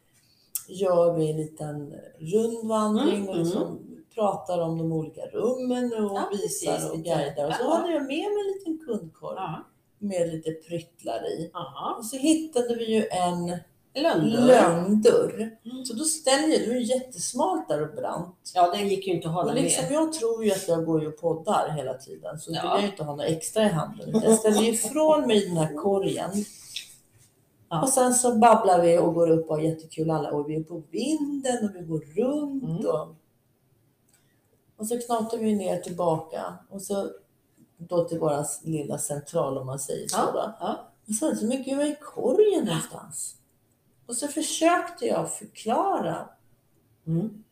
[SPEAKER 4] gör vi en liten rundvandring
[SPEAKER 5] Mm,
[SPEAKER 4] och liksom pratar om de olika rummen och
[SPEAKER 5] Ja, precis,
[SPEAKER 4] visar och
[SPEAKER 5] lite.
[SPEAKER 4] guidar. Och så
[SPEAKER 5] Ja.
[SPEAKER 4] hade jag med mig en liten kundkorg
[SPEAKER 5] Ja.
[SPEAKER 4] med lite pryttlar i.
[SPEAKER 5] Aha.
[SPEAKER 4] Och så hittade vi ju en
[SPEAKER 5] Lönndörr.
[SPEAKER 4] lönndörr.
[SPEAKER 5] Mm.
[SPEAKER 4] Så då ställer jag, det var ju jättesmalt där och brant.
[SPEAKER 5] Ja, den gick ju inte att hålla
[SPEAKER 4] Och liksom,
[SPEAKER 5] med.
[SPEAKER 4] jag tror ju att jag går ju och poddar hela tiden så då
[SPEAKER 5] Ja.
[SPEAKER 4] vill jag ju inte ha något extra i handen. utan Jag ställer ju ifrån mig den här korgen.
[SPEAKER 5] Ja.
[SPEAKER 4] Och sen så babblar vi och går upp och har jättekul alla och vi är på vinden och vi går
[SPEAKER 5] Mm.
[SPEAKER 4] runt. Och, och så knatar vi ner tillbaka och så då till våra lilla central om man säger så. Då.
[SPEAKER 5] Ja, ja.
[SPEAKER 4] Och sen så, men gud, var är korgen någonstans? Och så försökte jag förklara
[SPEAKER 5] Mm.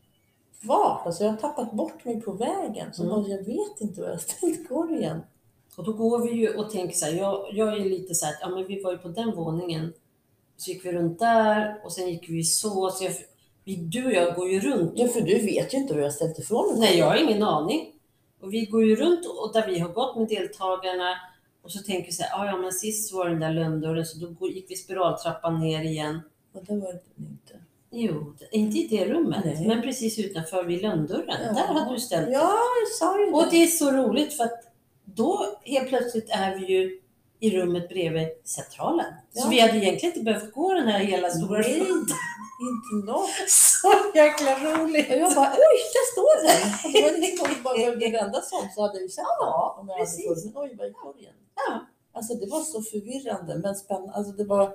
[SPEAKER 4] vart. Alltså jag har tappat bort mig på vägen. Så
[SPEAKER 5] Mm.
[SPEAKER 4] bara, jag vet inte var jag har ställt korgen.
[SPEAKER 5] Och då går vi ju och tänker så här, jag, jag är lite så här, att, ja men vi var ju på den våningen, så gick vi runt där och sen gick vi så, så jag, vi, du och jag går ju runt.
[SPEAKER 4] Ja, för du vet ju inte var jag har ställt ifrån mig.
[SPEAKER 5] Nej, jag har ingen aning. Och vi går ju runt och där vi har gått med deltagarna och så tänker vi så här, ah, ja men sist var den där lönndörren så då går- gick vi spiraltrappan ner igen.
[SPEAKER 4] Och det var det inte.
[SPEAKER 5] Jo, det- inte i det rummet,
[SPEAKER 4] Nej.
[SPEAKER 5] men precis utanför vid lönndörren.
[SPEAKER 4] Ja.
[SPEAKER 5] Där hade du ställt
[SPEAKER 4] Ja, jag sa ju
[SPEAKER 5] Och
[SPEAKER 4] det.
[SPEAKER 5] det är så roligt för att då helt plötsligt är vi ju i rummet bredvid centralen.
[SPEAKER 4] Ja.
[SPEAKER 5] Så vi hade egentligen inte behövt gå den här hela stora
[SPEAKER 4] Nej.
[SPEAKER 5] rutan.
[SPEAKER 4] Inte något.
[SPEAKER 5] Så jäkla roligt!
[SPEAKER 4] Och jag bara, oj, där står den! Och det var en gång bara jag behövde vända sånt så hade jag ju sett ja, den. Om jag
[SPEAKER 5] precis.
[SPEAKER 4] hade funnits. Men oj, var är korgen?
[SPEAKER 5] Ja.
[SPEAKER 4] Alltså det var så förvirrande men spännande. Alltså det var,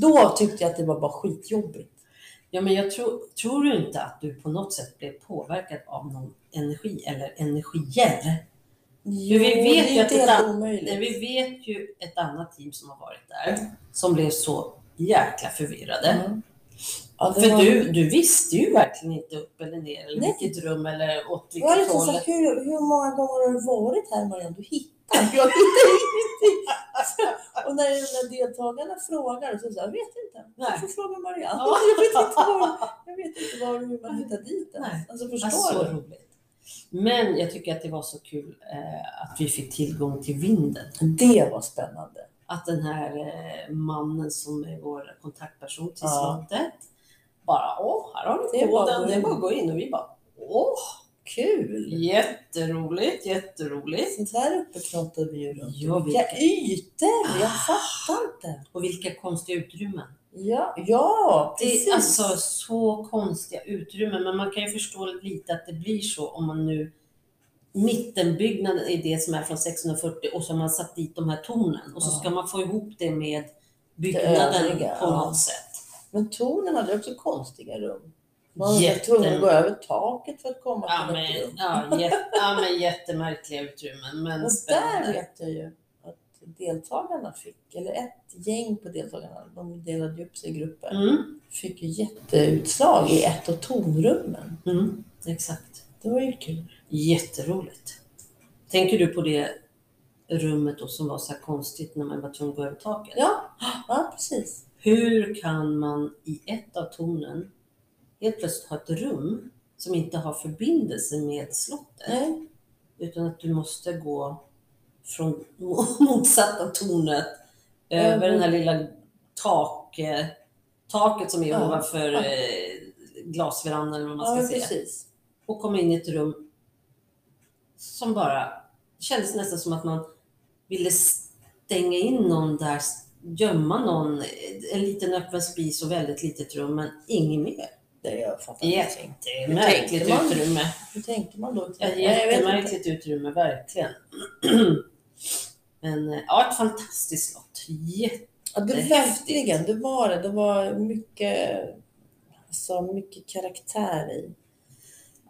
[SPEAKER 4] då tyckte jag att det var bara skitjobbigt.
[SPEAKER 5] Ja, men jag tror, tror du inte att du på något sätt blev påverkad av någon energi eller energier?
[SPEAKER 4] Jo,
[SPEAKER 5] vi vet
[SPEAKER 4] det är
[SPEAKER 5] ju
[SPEAKER 4] ju
[SPEAKER 5] att
[SPEAKER 4] inte
[SPEAKER 5] det
[SPEAKER 4] helt
[SPEAKER 5] där-
[SPEAKER 4] omöjligt.
[SPEAKER 5] Nej, vi vet ju ett annat team som har varit där som blev så jäkla förvirrade.
[SPEAKER 4] Mm. Ja, det
[SPEAKER 5] För
[SPEAKER 4] var-
[SPEAKER 5] du, du visste ju verkligen inte upp eller ner eller
[SPEAKER 4] Nej.
[SPEAKER 5] vilket rum eller åt
[SPEAKER 4] Jag var
[SPEAKER 5] vilket
[SPEAKER 4] lite
[SPEAKER 5] håll.
[SPEAKER 4] så här, hur, [laughs] hur många gånger har du varit här Marianne? Du hittar inte. Jag hittar ingenting. [laughs] Och när, när deltagarna frågar så säger jag, jag vet inte. Du får
[SPEAKER 5] Nej.
[SPEAKER 4] fråga Marianne. [laughs] Jag vet inte, var, jag vet inte var, hur man hittar dit
[SPEAKER 5] Nej.
[SPEAKER 4] ens. Alltså
[SPEAKER 5] Det var
[SPEAKER 4] förstår
[SPEAKER 5] så
[SPEAKER 4] du?
[SPEAKER 5] roligt. Men jag tycker att det var så kul eh, att vi fick tillgång till vinden.
[SPEAKER 4] Det var spännande.
[SPEAKER 5] Att den här eh, mannen som är vår kontaktperson till
[SPEAKER 4] Ja.
[SPEAKER 5] slottet bara åh, här har
[SPEAKER 4] Det
[SPEAKER 5] ni
[SPEAKER 4] är bara att gå
[SPEAKER 5] koden, det är
[SPEAKER 4] in."
[SPEAKER 5] bara att gå in. Och vi bara åh,
[SPEAKER 4] Kul!
[SPEAKER 5] jätteroligt, jätteroligt.
[SPEAKER 4] Sånt här uppe pratar vi ju runt.
[SPEAKER 5] Ja,
[SPEAKER 4] Vilka
[SPEAKER 5] vilka,
[SPEAKER 4] ytor! Jag fattar inte.
[SPEAKER 5] och vilka konstiga utrymmen.
[SPEAKER 4] Ja, ja
[SPEAKER 5] Det
[SPEAKER 4] precis.
[SPEAKER 5] är alltså så konstiga utrymmen, men man kan ju förstå lite att det blir så om man nu Mittenbyggnaden är det som är från 1640 och så har man satt dit de här tornen och så
[SPEAKER 4] Ja.
[SPEAKER 5] ska man få ihop det med
[SPEAKER 4] Det
[SPEAKER 5] byggnaden
[SPEAKER 4] övriga,
[SPEAKER 5] på
[SPEAKER 4] ja.
[SPEAKER 5] något sätt.
[SPEAKER 4] Men tornen hade också konstiga rum. Man var
[SPEAKER 5] Jätte-
[SPEAKER 4] tvungen att gå över taket för att komma
[SPEAKER 5] Ja
[SPEAKER 4] till ett
[SPEAKER 5] men,
[SPEAKER 4] rum.
[SPEAKER 5] ja, jä- ja, men jättemärkliga utrymmen. Men
[SPEAKER 4] Och där
[SPEAKER 5] spännande.
[SPEAKER 4] vet jag ju att deltagarna fick, eller ett gäng på deltagarna, de delade ju upp sig i grupper,
[SPEAKER 5] Mm,
[SPEAKER 4] fick ju jätteutslag i ett av tonrummen.
[SPEAKER 5] mm, exakt.
[SPEAKER 4] Det var ju kul.
[SPEAKER 5] Jätteroligt. Tänker du på det rummet då som var så här konstigt när man var tvungen att gå över taket?
[SPEAKER 4] Ja, ja precis.
[SPEAKER 5] Hur kan man i ett av tornen helt plötsligt ha ett rum som inte har förbindelse med slottet?
[SPEAKER 4] Nej.
[SPEAKER 5] Utan att du måste gå från [laughs] motsatta tornet över
[SPEAKER 4] Över.
[SPEAKER 5] den här lilla tak, eh, taket som är
[SPEAKER 4] Ja,
[SPEAKER 5] ovanför
[SPEAKER 4] ja.
[SPEAKER 5] eh, glasverandan eller vad man
[SPEAKER 4] Ja,
[SPEAKER 5] ska
[SPEAKER 4] men
[SPEAKER 5] säga.
[SPEAKER 4] precis.
[SPEAKER 5] Och komma in i ett rum som bara kändes nästan som att man ville stänga in någon där, gömma någon, en liten öppen spis och väldigt litet rum, men inget mer.
[SPEAKER 4] Det jag fattar ingenting.
[SPEAKER 5] Jättemärkligt
[SPEAKER 4] tänkte man?
[SPEAKER 5] utrymme.
[SPEAKER 4] Hur tänkte man då?
[SPEAKER 5] Ett
[SPEAKER 4] Nej, jag vet inte.
[SPEAKER 5] jättemärkligt utrymme, verkligen. [clears throat] Men eh, ja, ett fantastiskt slott. Jätte...
[SPEAKER 4] Ja, det verkligen, det var det. Det var mycket, alltså, mycket karaktär i.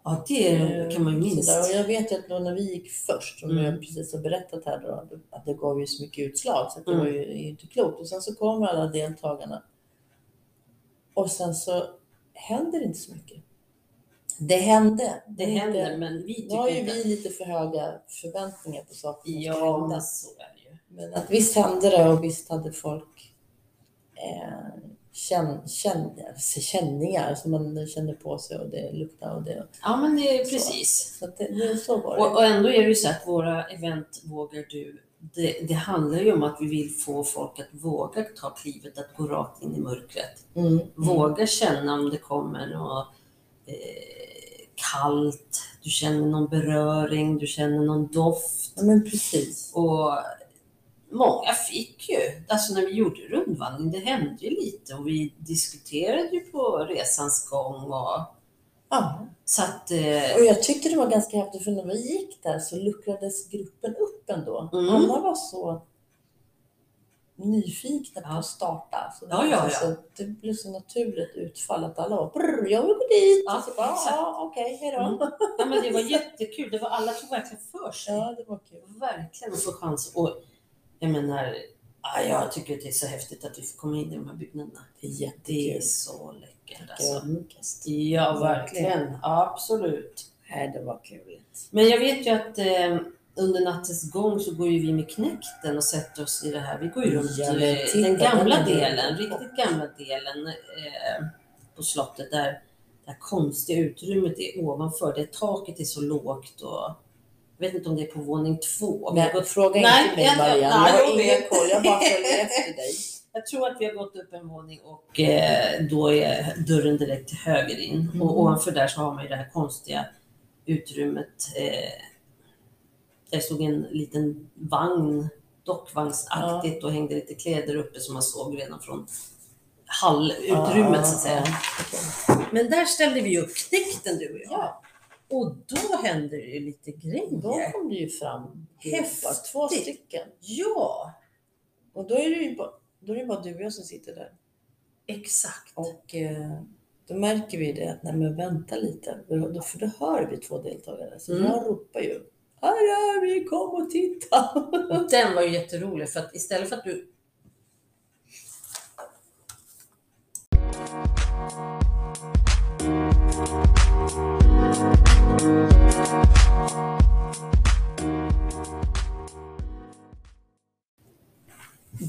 [SPEAKER 5] Ja, det kan man ju minst.
[SPEAKER 4] Eh, Sådär. Och jag vet ju att då när vi gick först, som
[SPEAKER 5] Mm.
[SPEAKER 4] jag precis har berättat här, då, att det gav ju så mycket utslag så att det
[SPEAKER 5] Mm.
[SPEAKER 4] var ju, är ju inte klokt. Och sen så kommer alla deltagarna och sen så händer inte så mycket. Det hände.
[SPEAKER 5] Det händer, men vi
[SPEAKER 4] Nu har
[SPEAKER 5] tycker
[SPEAKER 4] ju
[SPEAKER 5] inte...
[SPEAKER 4] vi lite för höga förväntningar på saker som ska
[SPEAKER 5] Ja,
[SPEAKER 4] hända.
[SPEAKER 5] men så är det ju.
[SPEAKER 4] Men att visst hände det och visst hade folk eh, känn, känn, känningar som man kände på sig och det luktade och det.
[SPEAKER 5] Ja, men det är precis.
[SPEAKER 4] Så att det, det, så var det.
[SPEAKER 5] Och, och ändå är det ju så att våra event Vågar du, det, det handlar ju om att vi vill få folk att våga ta klivet, att gå rakt in i mörkret.
[SPEAKER 4] Mm.
[SPEAKER 5] Våga känna om det kommer något eh, kallt, du känner någon beröring, du känner någon doft.
[SPEAKER 4] Ja, men precis.
[SPEAKER 5] Och många fick ju, alltså när vi gjorde rundvandring, det hände ju lite och vi diskuterade ju på resans gång. Och,
[SPEAKER 4] Ja.
[SPEAKER 5] så att, eh,
[SPEAKER 4] Och jag tyckte det var ganska häftigt för när vi gick där så luckrades gruppen upp ändå.
[SPEAKER 5] Mm.
[SPEAKER 4] Alla var så nyfikna på
[SPEAKER 5] Ja.
[SPEAKER 4] att starta. Så det,
[SPEAKER 5] Ja,
[SPEAKER 4] var
[SPEAKER 5] ja,
[SPEAKER 4] så-
[SPEAKER 5] ja.
[SPEAKER 4] Så det blev så naturligt utfall att alla var brr, jag vill gå dit.
[SPEAKER 5] Ja,
[SPEAKER 4] och så bara,
[SPEAKER 5] exakt.
[SPEAKER 4] ja, okej, hejdå.
[SPEAKER 5] Mm. ja, men det var
[SPEAKER 4] [laughs]
[SPEAKER 5] jättekul, det var, alla tog verkligen för sig.
[SPEAKER 4] Ja, det var kul.
[SPEAKER 5] verkligen att få chans. Och jag menar, ja, jag tycker att det är så häftigt att vi får komma in i de här byggnaderna.
[SPEAKER 4] Det är
[SPEAKER 5] Det
[SPEAKER 4] jättekul.
[SPEAKER 5] är så läckert
[SPEAKER 4] Det var
[SPEAKER 5] alltså.
[SPEAKER 4] mjukast.
[SPEAKER 5] Ja, verkligen. Absolut.
[SPEAKER 4] Nej, det var kul.
[SPEAKER 5] Men jag vet ju att eh, under nattens gång så går ju vi med knäkten och sätter oss i det här. Vi går ju runt
[SPEAKER 4] Ja, men
[SPEAKER 5] eh,
[SPEAKER 4] titta,
[SPEAKER 5] den gamla
[SPEAKER 4] den är-
[SPEAKER 5] delen, riktigt gamla delen eh, på slottet där det här konstiga utrymmet är ovanför. Det taket är så lågt och jag vet inte om det är på våning två. Vi har
[SPEAKER 4] Men
[SPEAKER 5] gått
[SPEAKER 4] fråga
[SPEAKER 5] Nej,
[SPEAKER 4] inte mig
[SPEAKER 5] jag- jag-
[SPEAKER 4] Marianne, jag
[SPEAKER 5] nej,
[SPEAKER 4] har
[SPEAKER 5] jag
[SPEAKER 4] ingen
[SPEAKER 5] vet.
[SPEAKER 4] koll. Jag bara [laughs] följer efter dig.
[SPEAKER 5] Jag tror att vi har gått upp en våning och eh, då är dörren direkt till höger in. Och ovanför där så har man ju det här konstiga utrymmet. Eh, där stod en liten vagn, dockvagnsaktigt och hängde lite kläder uppe som man såg redan från hallutrymmet så att säga. Men där ställde vi upp knäkten du och jag.
[SPEAKER 4] Ja.
[SPEAKER 5] Och då hände det ju lite
[SPEAKER 4] Då
[SPEAKER 5] grejer.
[SPEAKER 4] kom det ju fram
[SPEAKER 5] Häftigt.
[SPEAKER 4] gubbar, två stycken.
[SPEAKER 5] Ja,
[SPEAKER 4] Och då är det ju bara, då är det bara du och jag som sitter där.
[SPEAKER 5] exakt.
[SPEAKER 4] Och eh, då märker vi det att nej men vänta lite, för då, för då hör vi två deltagare. Så
[SPEAKER 5] Mm.
[SPEAKER 4] jag ropar ju, här är vi, kom och titta!
[SPEAKER 5] Och Den var ju jätterolig för att istället för att du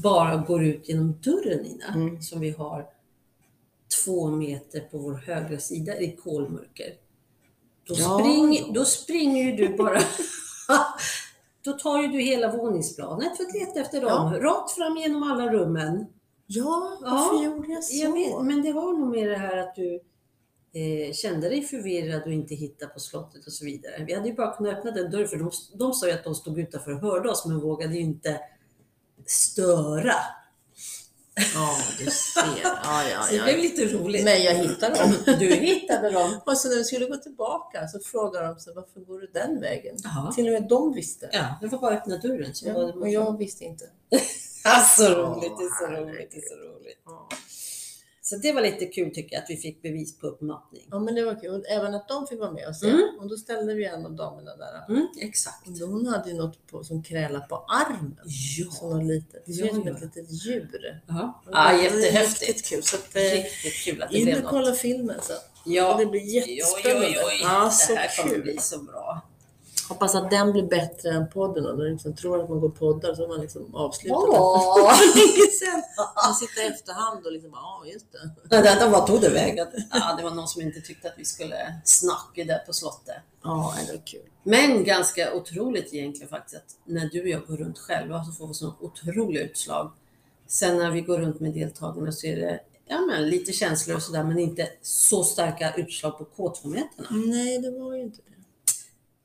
[SPEAKER 5] bara går ut genom dörren, Nina,
[SPEAKER 4] Mm.
[SPEAKER 5] som vi har två meter på vår högra sida i kolmörker. Då, spring, då springer ju du bara... [laughs] då tar ju du hela våningsplanet för att leta efter dem. Rakt fram genom alla rummen.
[SPEAKER 4] Ja, varför
[SPEAKER 5] Ja,
[SPEAKER 4] gjorde jag så?
[SPEAKER 5] Jag vet, men det har nog med det här att du eh, kände dig förvirrad och inte hittade på slottet och så vidare. Vi hade ju bara kunnat öppna den dörren för de, de sa ju att de stod utanför och hörde oss men vågade ju inte störa.
[SPEAKER 4] Ja, du ser. Ja, ja,
[SPEAKER 5] Så det
[SPEAKER 4] ja.
[SPEAKER 5] blev lite roligt.
[SPEAKER 4] Men jag hittade dem.
[SPEAKER 5] [laughs] Du hittade dem.
[SPEAKER 4] Och så när vi skulle gå tillbaka så frågade de så, varför går du den vägen?
[SPEAKER 5] Jaha.
[SPEAKER 4] Till och med de visste.
[SPEAKER 5] Ja, det var bara att öppna dörren. Så
[SPEAKER 4] Ja,
[SPEAKER 5] var det
[SPEAKER 4] och jag visste inte.
[SPEAKER 5] Alltså roligt, det är så roligt, det är så roligt. Så det var lite kul tycker jag, att vi fick bevis på uppmattning.
[SPEAKER 4] Ja, men det var kul. Även att de fick vara med och se. Och då ställde vi en av damerna där.
[SPEAKER 5] Mm, exakt.
[SPEAKER 4] Och Hon hade ju något på, som krälade på armen.
[SPEAKER 5] Ja.
[SPEAKER 4] Som var litet. Det ser ut som
[SPEAKER 5] Ja,
[SPEAKER 4] ett litet djur.
[SPEAKER 5] Ja, ah, jättehäftigt.
[SPEAKER 4] Riktigt kul. Så att, eh,
[SPEAKER 5] Riktigt kul att det blev
[SPEAKER 4] in och
[SPEAKER 5] något.
[SPEAKER 4] kolla filmen sen.
[SPEAKER 5] Ja.
[SPEAKER 4] Och det blir jättespännande.
[SPEAKER 5] Oj, oj, oj.
[SPEAKER 4] Ja, så
[SPEAKER 5] det här kommer
[SPEAKER 4] kul.
[SPEAKER 5] bli så bra.
[SPEAKER 4] Hoppas att den blir bättre än podden. Då, när man liksom tror att man går poddar så har man liksom avslutat
[SPEAKER 5] Åh!
[SPEAKER 4] den för länge sedan. Man sitter i efterhand och liksom, [laughs] ja just det.
[SPEAKER 5] Vänta, vart tog det vägen? Ja, det var någon som inte tyckte att vi skulle snacka där på slottet.
[SPEAKER 4] Ja, det var kul.
[SPEAKER 5] Men ganska otroligt egentligen faktiskt att när du och jag går runt själva så får vi sådana otroliga utslag. Sen när vi går runt med deltagarna så är det ja, men, lite känslor och sådär men inte så starka utslag på K2-mätarna.
[SPEAKER 4] Nej, det var ju inte det.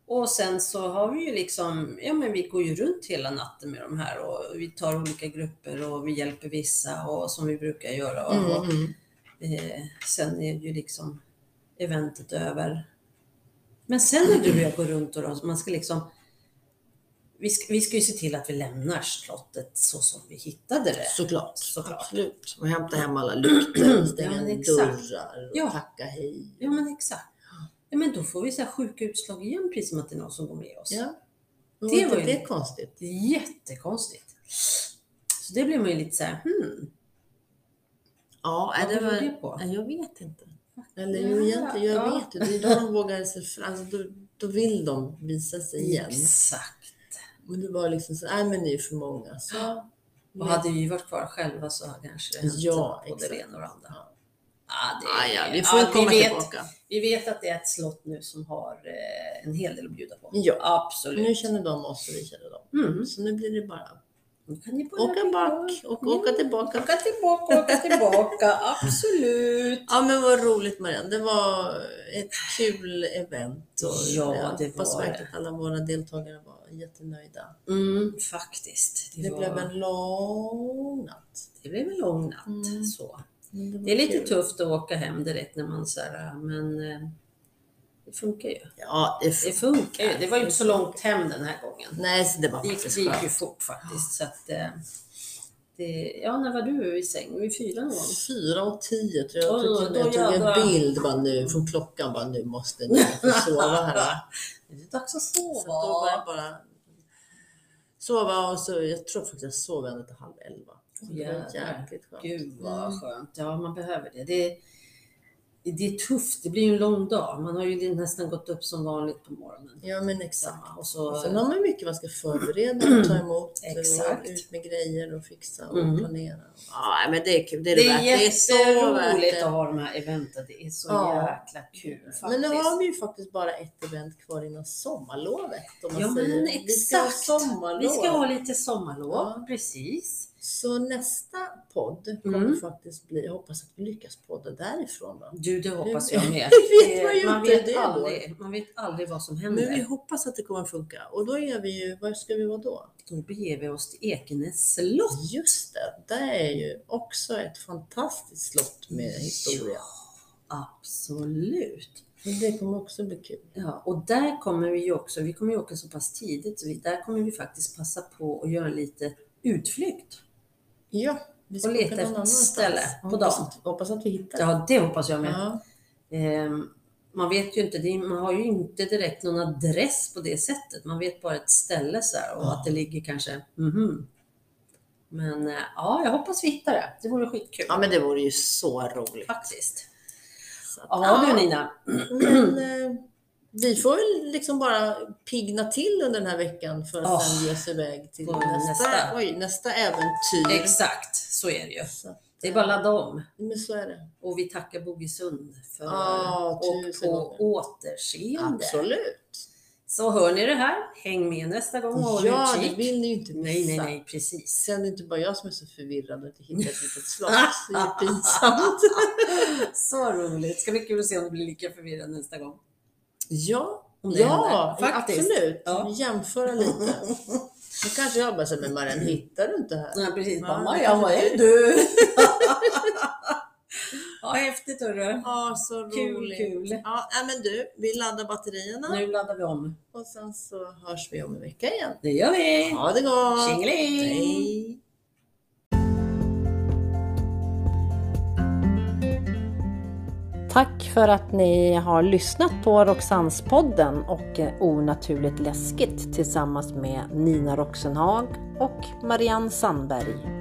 [SPEAKER 5] Och sen så har vi ju liksom, ja men vi går ju runt hela natten med de här och vi tar olika grupper och vi hjälper vissa och som vi brukar göra. Och, och,
[SPEAKER 4] Mm,
[SPEAKER 5] eh, sen är ju liksom eventet över. Men sen när du och jag går runt och då, man ska liksom, vi ska, vi ska ju se till att vi lämnar slottet så som vi hittade det.
[SPEAKER 4] Såklart.
[SPEAKER 5] Såklart.
[SPEAKER 4] Absolut. Och hämta hem alla lukter,
[SPEAKER 5] [clears throat] Ja,
[SPEAKER 4] stänga
[SPEAKER 5] men exakt.
[SPEAKER 4] dörrar och
[SPEAKER 5] Ja.
[SPEAKER 4] tacka hej.
[SPEAKER 5] Ja men exakt. Ja, men då får vi så här sjuka utslag igen precis som att det är någon som går med oss.
[SPEAKER 4] Ja. Men
[SPEAKER 5] Det
[SPEAKER 4] var inte
[SPEAKER 5] var ju-
[SPEAKER 4] det konstigt?
[SPEAKER 5] Det är jättekonstigt. Så det blir man ju lite så här, hmm,
[SPEAKER 4] Ja,
[SPEAKER 5] Vad
[SPEAKER 4] nej, det
[SPEAKER 5] beror
[SPEAKER 4] var...
[SPEAKER 5] det på?
[SPEAKER 4] Nej, jag vet inte. Eller jo,
[SPEAKER 5] Ja,
[SPEAKER 4] egentligen, jag
[SPEAKER 5] ja.
[SPEAKER 4] vet ju. Det är då de vågar sig fram. Alltså, då, då vill de visa sig igen.
[SPEAKER 5] exakt.
[SPEAKER 4] Men det var liksom så, nej men ni är för många. Så.
[SPEAKER 5] Och hade vi varit kvar själva så hade kanske det hänt
[SPEAKER 4] Ja,
[SPEAKER 5] både
[SPEAKER 4] exakt.
[SPEAKER 5] det ena och det andra. Ja, det
[SPEAKER 4] Ah, ja, vi får
[SPEAKER 5] vi
[SPEAKER 4] komma
[SPEAKER 5] vet,
[SPEAKER 4] tillbaka.
[SPEAKER 5] Vi vet att det är ett slott nu som har eh, en hel del att bjuda på.
[SPEAKER 4] Ja.
[SPEAKER 5] Absolut.
[SPEAKER 4] Nu känner de oss och vi känner dem.
[SPEAKER 5] Mm.
[SPEAKER 4] Så nu blir det bara
[SPEAKER 5] Nu kan ni bara Mm.
[SPEAKER 4] åka bak och åka tillbaka.
[SPEAKER 5] Åka tillbaka, åka
[SPEAKER 4] [laughs]
[SPEAKER 5] tillbaka. Absolut.
[SPEAKER 4] Ja men vad roligt Marianne, det var ett kul event. Och
[SPEAKER 5] Ja,
[SPEAKER 4] jag
[SPEAKER 5] det
[SPEAKER 4] hoppas
[SPEAKER 5] var
[SPEAKER 4] verkligen att alla våra deltagare var jättenöjda.
[SPEAKER 5] Mm, faktiskt.
[SPEAKER 4] Det, blev en lång natt. Mm.
[SPEAKER 5] det blev en lång natt. Så.
[SPEAKER 4] Men var
[SPEAKER 5] Det är lite
[SPEAKER 4] kul.
[SPEAKER 5] tufft att åka hem direkt när man så här, men eh, det funkar ju.
[SPEAKER 4] Ja, det
[SPEAKER 5] Det funkar ju. Det var ju inte så långt hem den här gången.
[SPEAKER 4] Nej, så det var
[SPEAKER 5] Det gick,
[SPEAKER 4] faktiskt
[SPEAKER 5] det gick ju
[SPEAKER 4] skönt.
[SPEAKER 5] fort faktiskt. Så att, eh, det, ja, när var du i säng? Vid fyra någon gång?
[SPEAKER 4] Fyra och tio tror jag.
[SPEAKER 5] Oj,
[SPEAKER 4] Jag, tog,
[SPEAKER 5] då
[SPEAKER 4] jag tog
[SPEAKER 5] jävlar.
[SPEAKER 4] en bild bara nu från klockan bara nu måste ni få sova här.
[SPEAKER 5] Det är dags att
[SPEAKER 4] Så att då var jag
[SPEAKER 5] sova.
[SPEAKER 4] bara sova och så, jag tror faktiskt jag sov ända till halv elva. Så det var
[SPEAKER 5] Jävlar.
[SPEAKER 4] jäkligt skönt.
[SPEAKER 5] Gud
[SPEAKER 4] Mm.
[SPEAKER 5] vad skönt. Ja, man behöver det. det. Det är tufft. Det blir ju en lång dag. Man har ju nästan gått upp som vanligt på morgonen.
[SPEAKER 4] Ja men exakt.
[SPEAKER 5] Och så,
[SPEAKER 4] Sen har man mycket man ska förbereda och ta emot. eller
[SPEAKER 5] Exakt.
[SPEAKER 4] Ut med grejer och fixa och
[SPEAKER 5] Mm.
[SPEAKER 4] planera. Ja, men det är kul. Det är, det
[SPEAKER 5] det är
[SPEAKER 4] värt. Det är så värt
[SPEAKER 5] jätteroligt att
[SPEAKER 4] det.
[SPEAKER 5] ha de här eventen. Det är så
[SPEAKER 4] Ja.
[SPEAKER 5] jäkla kul faktiskt.
[SPEAKER 4] Men nu har vi ju faktiskt bara ett event kvar innan sommarlovet. Om man
[SPEAKER 5] Ja
[SPEAKER 4] säger.
[SPEAKER 5] men
[SPEAKER 4] Vi ska ha
[SPEAKER 5] exakt.
[SPEAKER 4] sommarlov.
[SPEAKER 5] Vi ska ha lite sommarlov,
[SPEAKER 4] Ja.
[SPEAKER 5] precis.
[SPEAKER 4] Så nästa podd kommer
[SPEAKER 5] Mm.
[SPEAKER 4] faktiskt bli, jag hoppas att vi lyckas podda därifrån då.
[SPEAKER 5] Du, det hoppas jag
[SPEAKER 4] [laughs]
[SPEAKER 5] med. Eh,
[SPEAKER 4] Det vet man ju
[SPEAKER 5] man,
[SPEAKER 4] inte,
[SPEAKER 5] vet
[SPEAKER 4] det är
[SPEAKER 5] aldrig, man vet aldrig vad som händer.
[SPEAKER 4] Men vi hoppas att det kommer att funka. Och då är vi ju, var ska vi vara då?
[SPEAKER 5] Då beger vi oss till Ekenäs slott.
[SPEAKER 4] Just det, det är ju också ett fantastiskt slott med historia.
[SPEAKER 5] Absolut.
[SPEAKER 4] Men det kommer också bli kul.
[SPEAKER 5] Ja, och där kommer vi ju också, vi kommer ju åka så pass tidigt, så vi, där kommer vi faktiskt passa på att göra lite utflykt.
[SPEAKER 4] Ja, vi
[SPEAKER 5] Och leta
[SPEAKER 4] åka någon
[SPEAKER 5] efter ett
[SPEAKER 4] annanstans.
[SPEAKER 5] ställe på
[SPEAKER 4] Hoppas
[SPEAKER 5] dagen.
[SPEAKER 4] att- Hoppas att vi hittar det.
[SPEAKER 5] Ja, det hoppas jag med.
[SPEAKER 4] Ja.
[SPEAKER 5] Ehm, man vet ju inte, det är, man har ju inte direkt någon adress på det sättet. Man vet bara ett ställe så här och att det ligger kanske, mhm. Men eh, ja, jag hoppas vi hittar det. Det vore skitkul
[SPEAKER 4] ja, men det vore ju så roligt.
[SPEAKER 5] faktiskt.
[SPEAKER 4] Så att-
[SPEAKER 5] Ja du Nina,
[SPEAKER 4] Men, eh, vi får väl liksom bara pigna till under den här veckan för att
[SPEAKER 5] Ja.
[SPEAKER 4] sen ge sig iväg till
[SPEAKER 5] Gå
[SPEAKER 4] nästa,
[SPEAKER 5] nästa.
[SPEAKER 4] Oj, nästa äventyr.
[SPEAKER 5] Exakt, så är det ju.
[SPEAKER 4] Så att,
[SPEAKER 5] Det är bara att ladda om.
[SPEAKER 4] Men så är det.
[SPEAKER 5] Och vi tackar Bogesund för
[SPEAKER 4] Ja,
[SPEAKER 5] och
[SPEAKER 4] tusen
[SPEAKER 5] på
[SPEAKER 4] gånger.
[SPEAKER 5] återseende.
[SPEAKER 4] Absolut.
[SPEAKER 5] Så hör ni det här, häng med nästa gång och håll
[SPEAKER 4] Ja, det
[SPEAKER 5] utkik.
[SPEAKER 4] vill ni ju inte missa.
[SPEAKER 5] Nej, nej, nej, precis.
[SPEAKER 4] Sen är det inte bara jag som är så förvirrad och inte hittar ett
[SPEAKER 5] [laughs]
[SPEAKER 4] litet slott. Det är pinsamt.
[SPEAKER 5] Så roligt. Det ska bli kul att se om du blir lika förvirrad nästa gång.
[SPEAKER 4] Ja,
[SPEAKER 5] Om det
[SPEAKER 4] ja
[SPEAKER 5] händer. Faktiskt.
[SPEAKER 4] absolut.
[SPEAKER 5] Ja.
[SPEAKER 4] Jämföra lite.
[SPEAKER 5] [laughs]
[SPEAKER 4] Då kanske jag bara säger, men Marianne hittar du inte här?
[SPEAKER 5] Ja, precis.
[SPEAKER 4] Ja,
[SPEAKER 5] Mamma,
[SPEAKER 4] det
[SPEAKER 5] ja,
[SPEAKER 4] kanske
[SPEAKER 5] vad
[SPEAKER 4] inte [laughs]
[SPEAKER 5] är du? ja, häftigt hörru.
[SPEAKER 4] Ja, så
[SPEAKER 5] Kul,
[SPEAKER 4] roligt.
[SPEAKER 5] kul.
[SPEAKER 4] Ja, nej, men du, vi laddar batterierna
[SPEAKER 5] Nu laddar vi om.
[SPEAKER 4] och sen så hörs vi om en vecka igen.
[SPEAKER 5] Det gör vi.
[SPEAKER 4] Ha det gott!
[SPEAKER 5] Tjingeling!
[SPEAKER 4] Hej!
[SPEAKER 1] Tack för att ni har lyssnat på Roxannespodden och eh, Onaturligt läskigt tillsammans med Nina Roxenhag och Marianne Sandberg.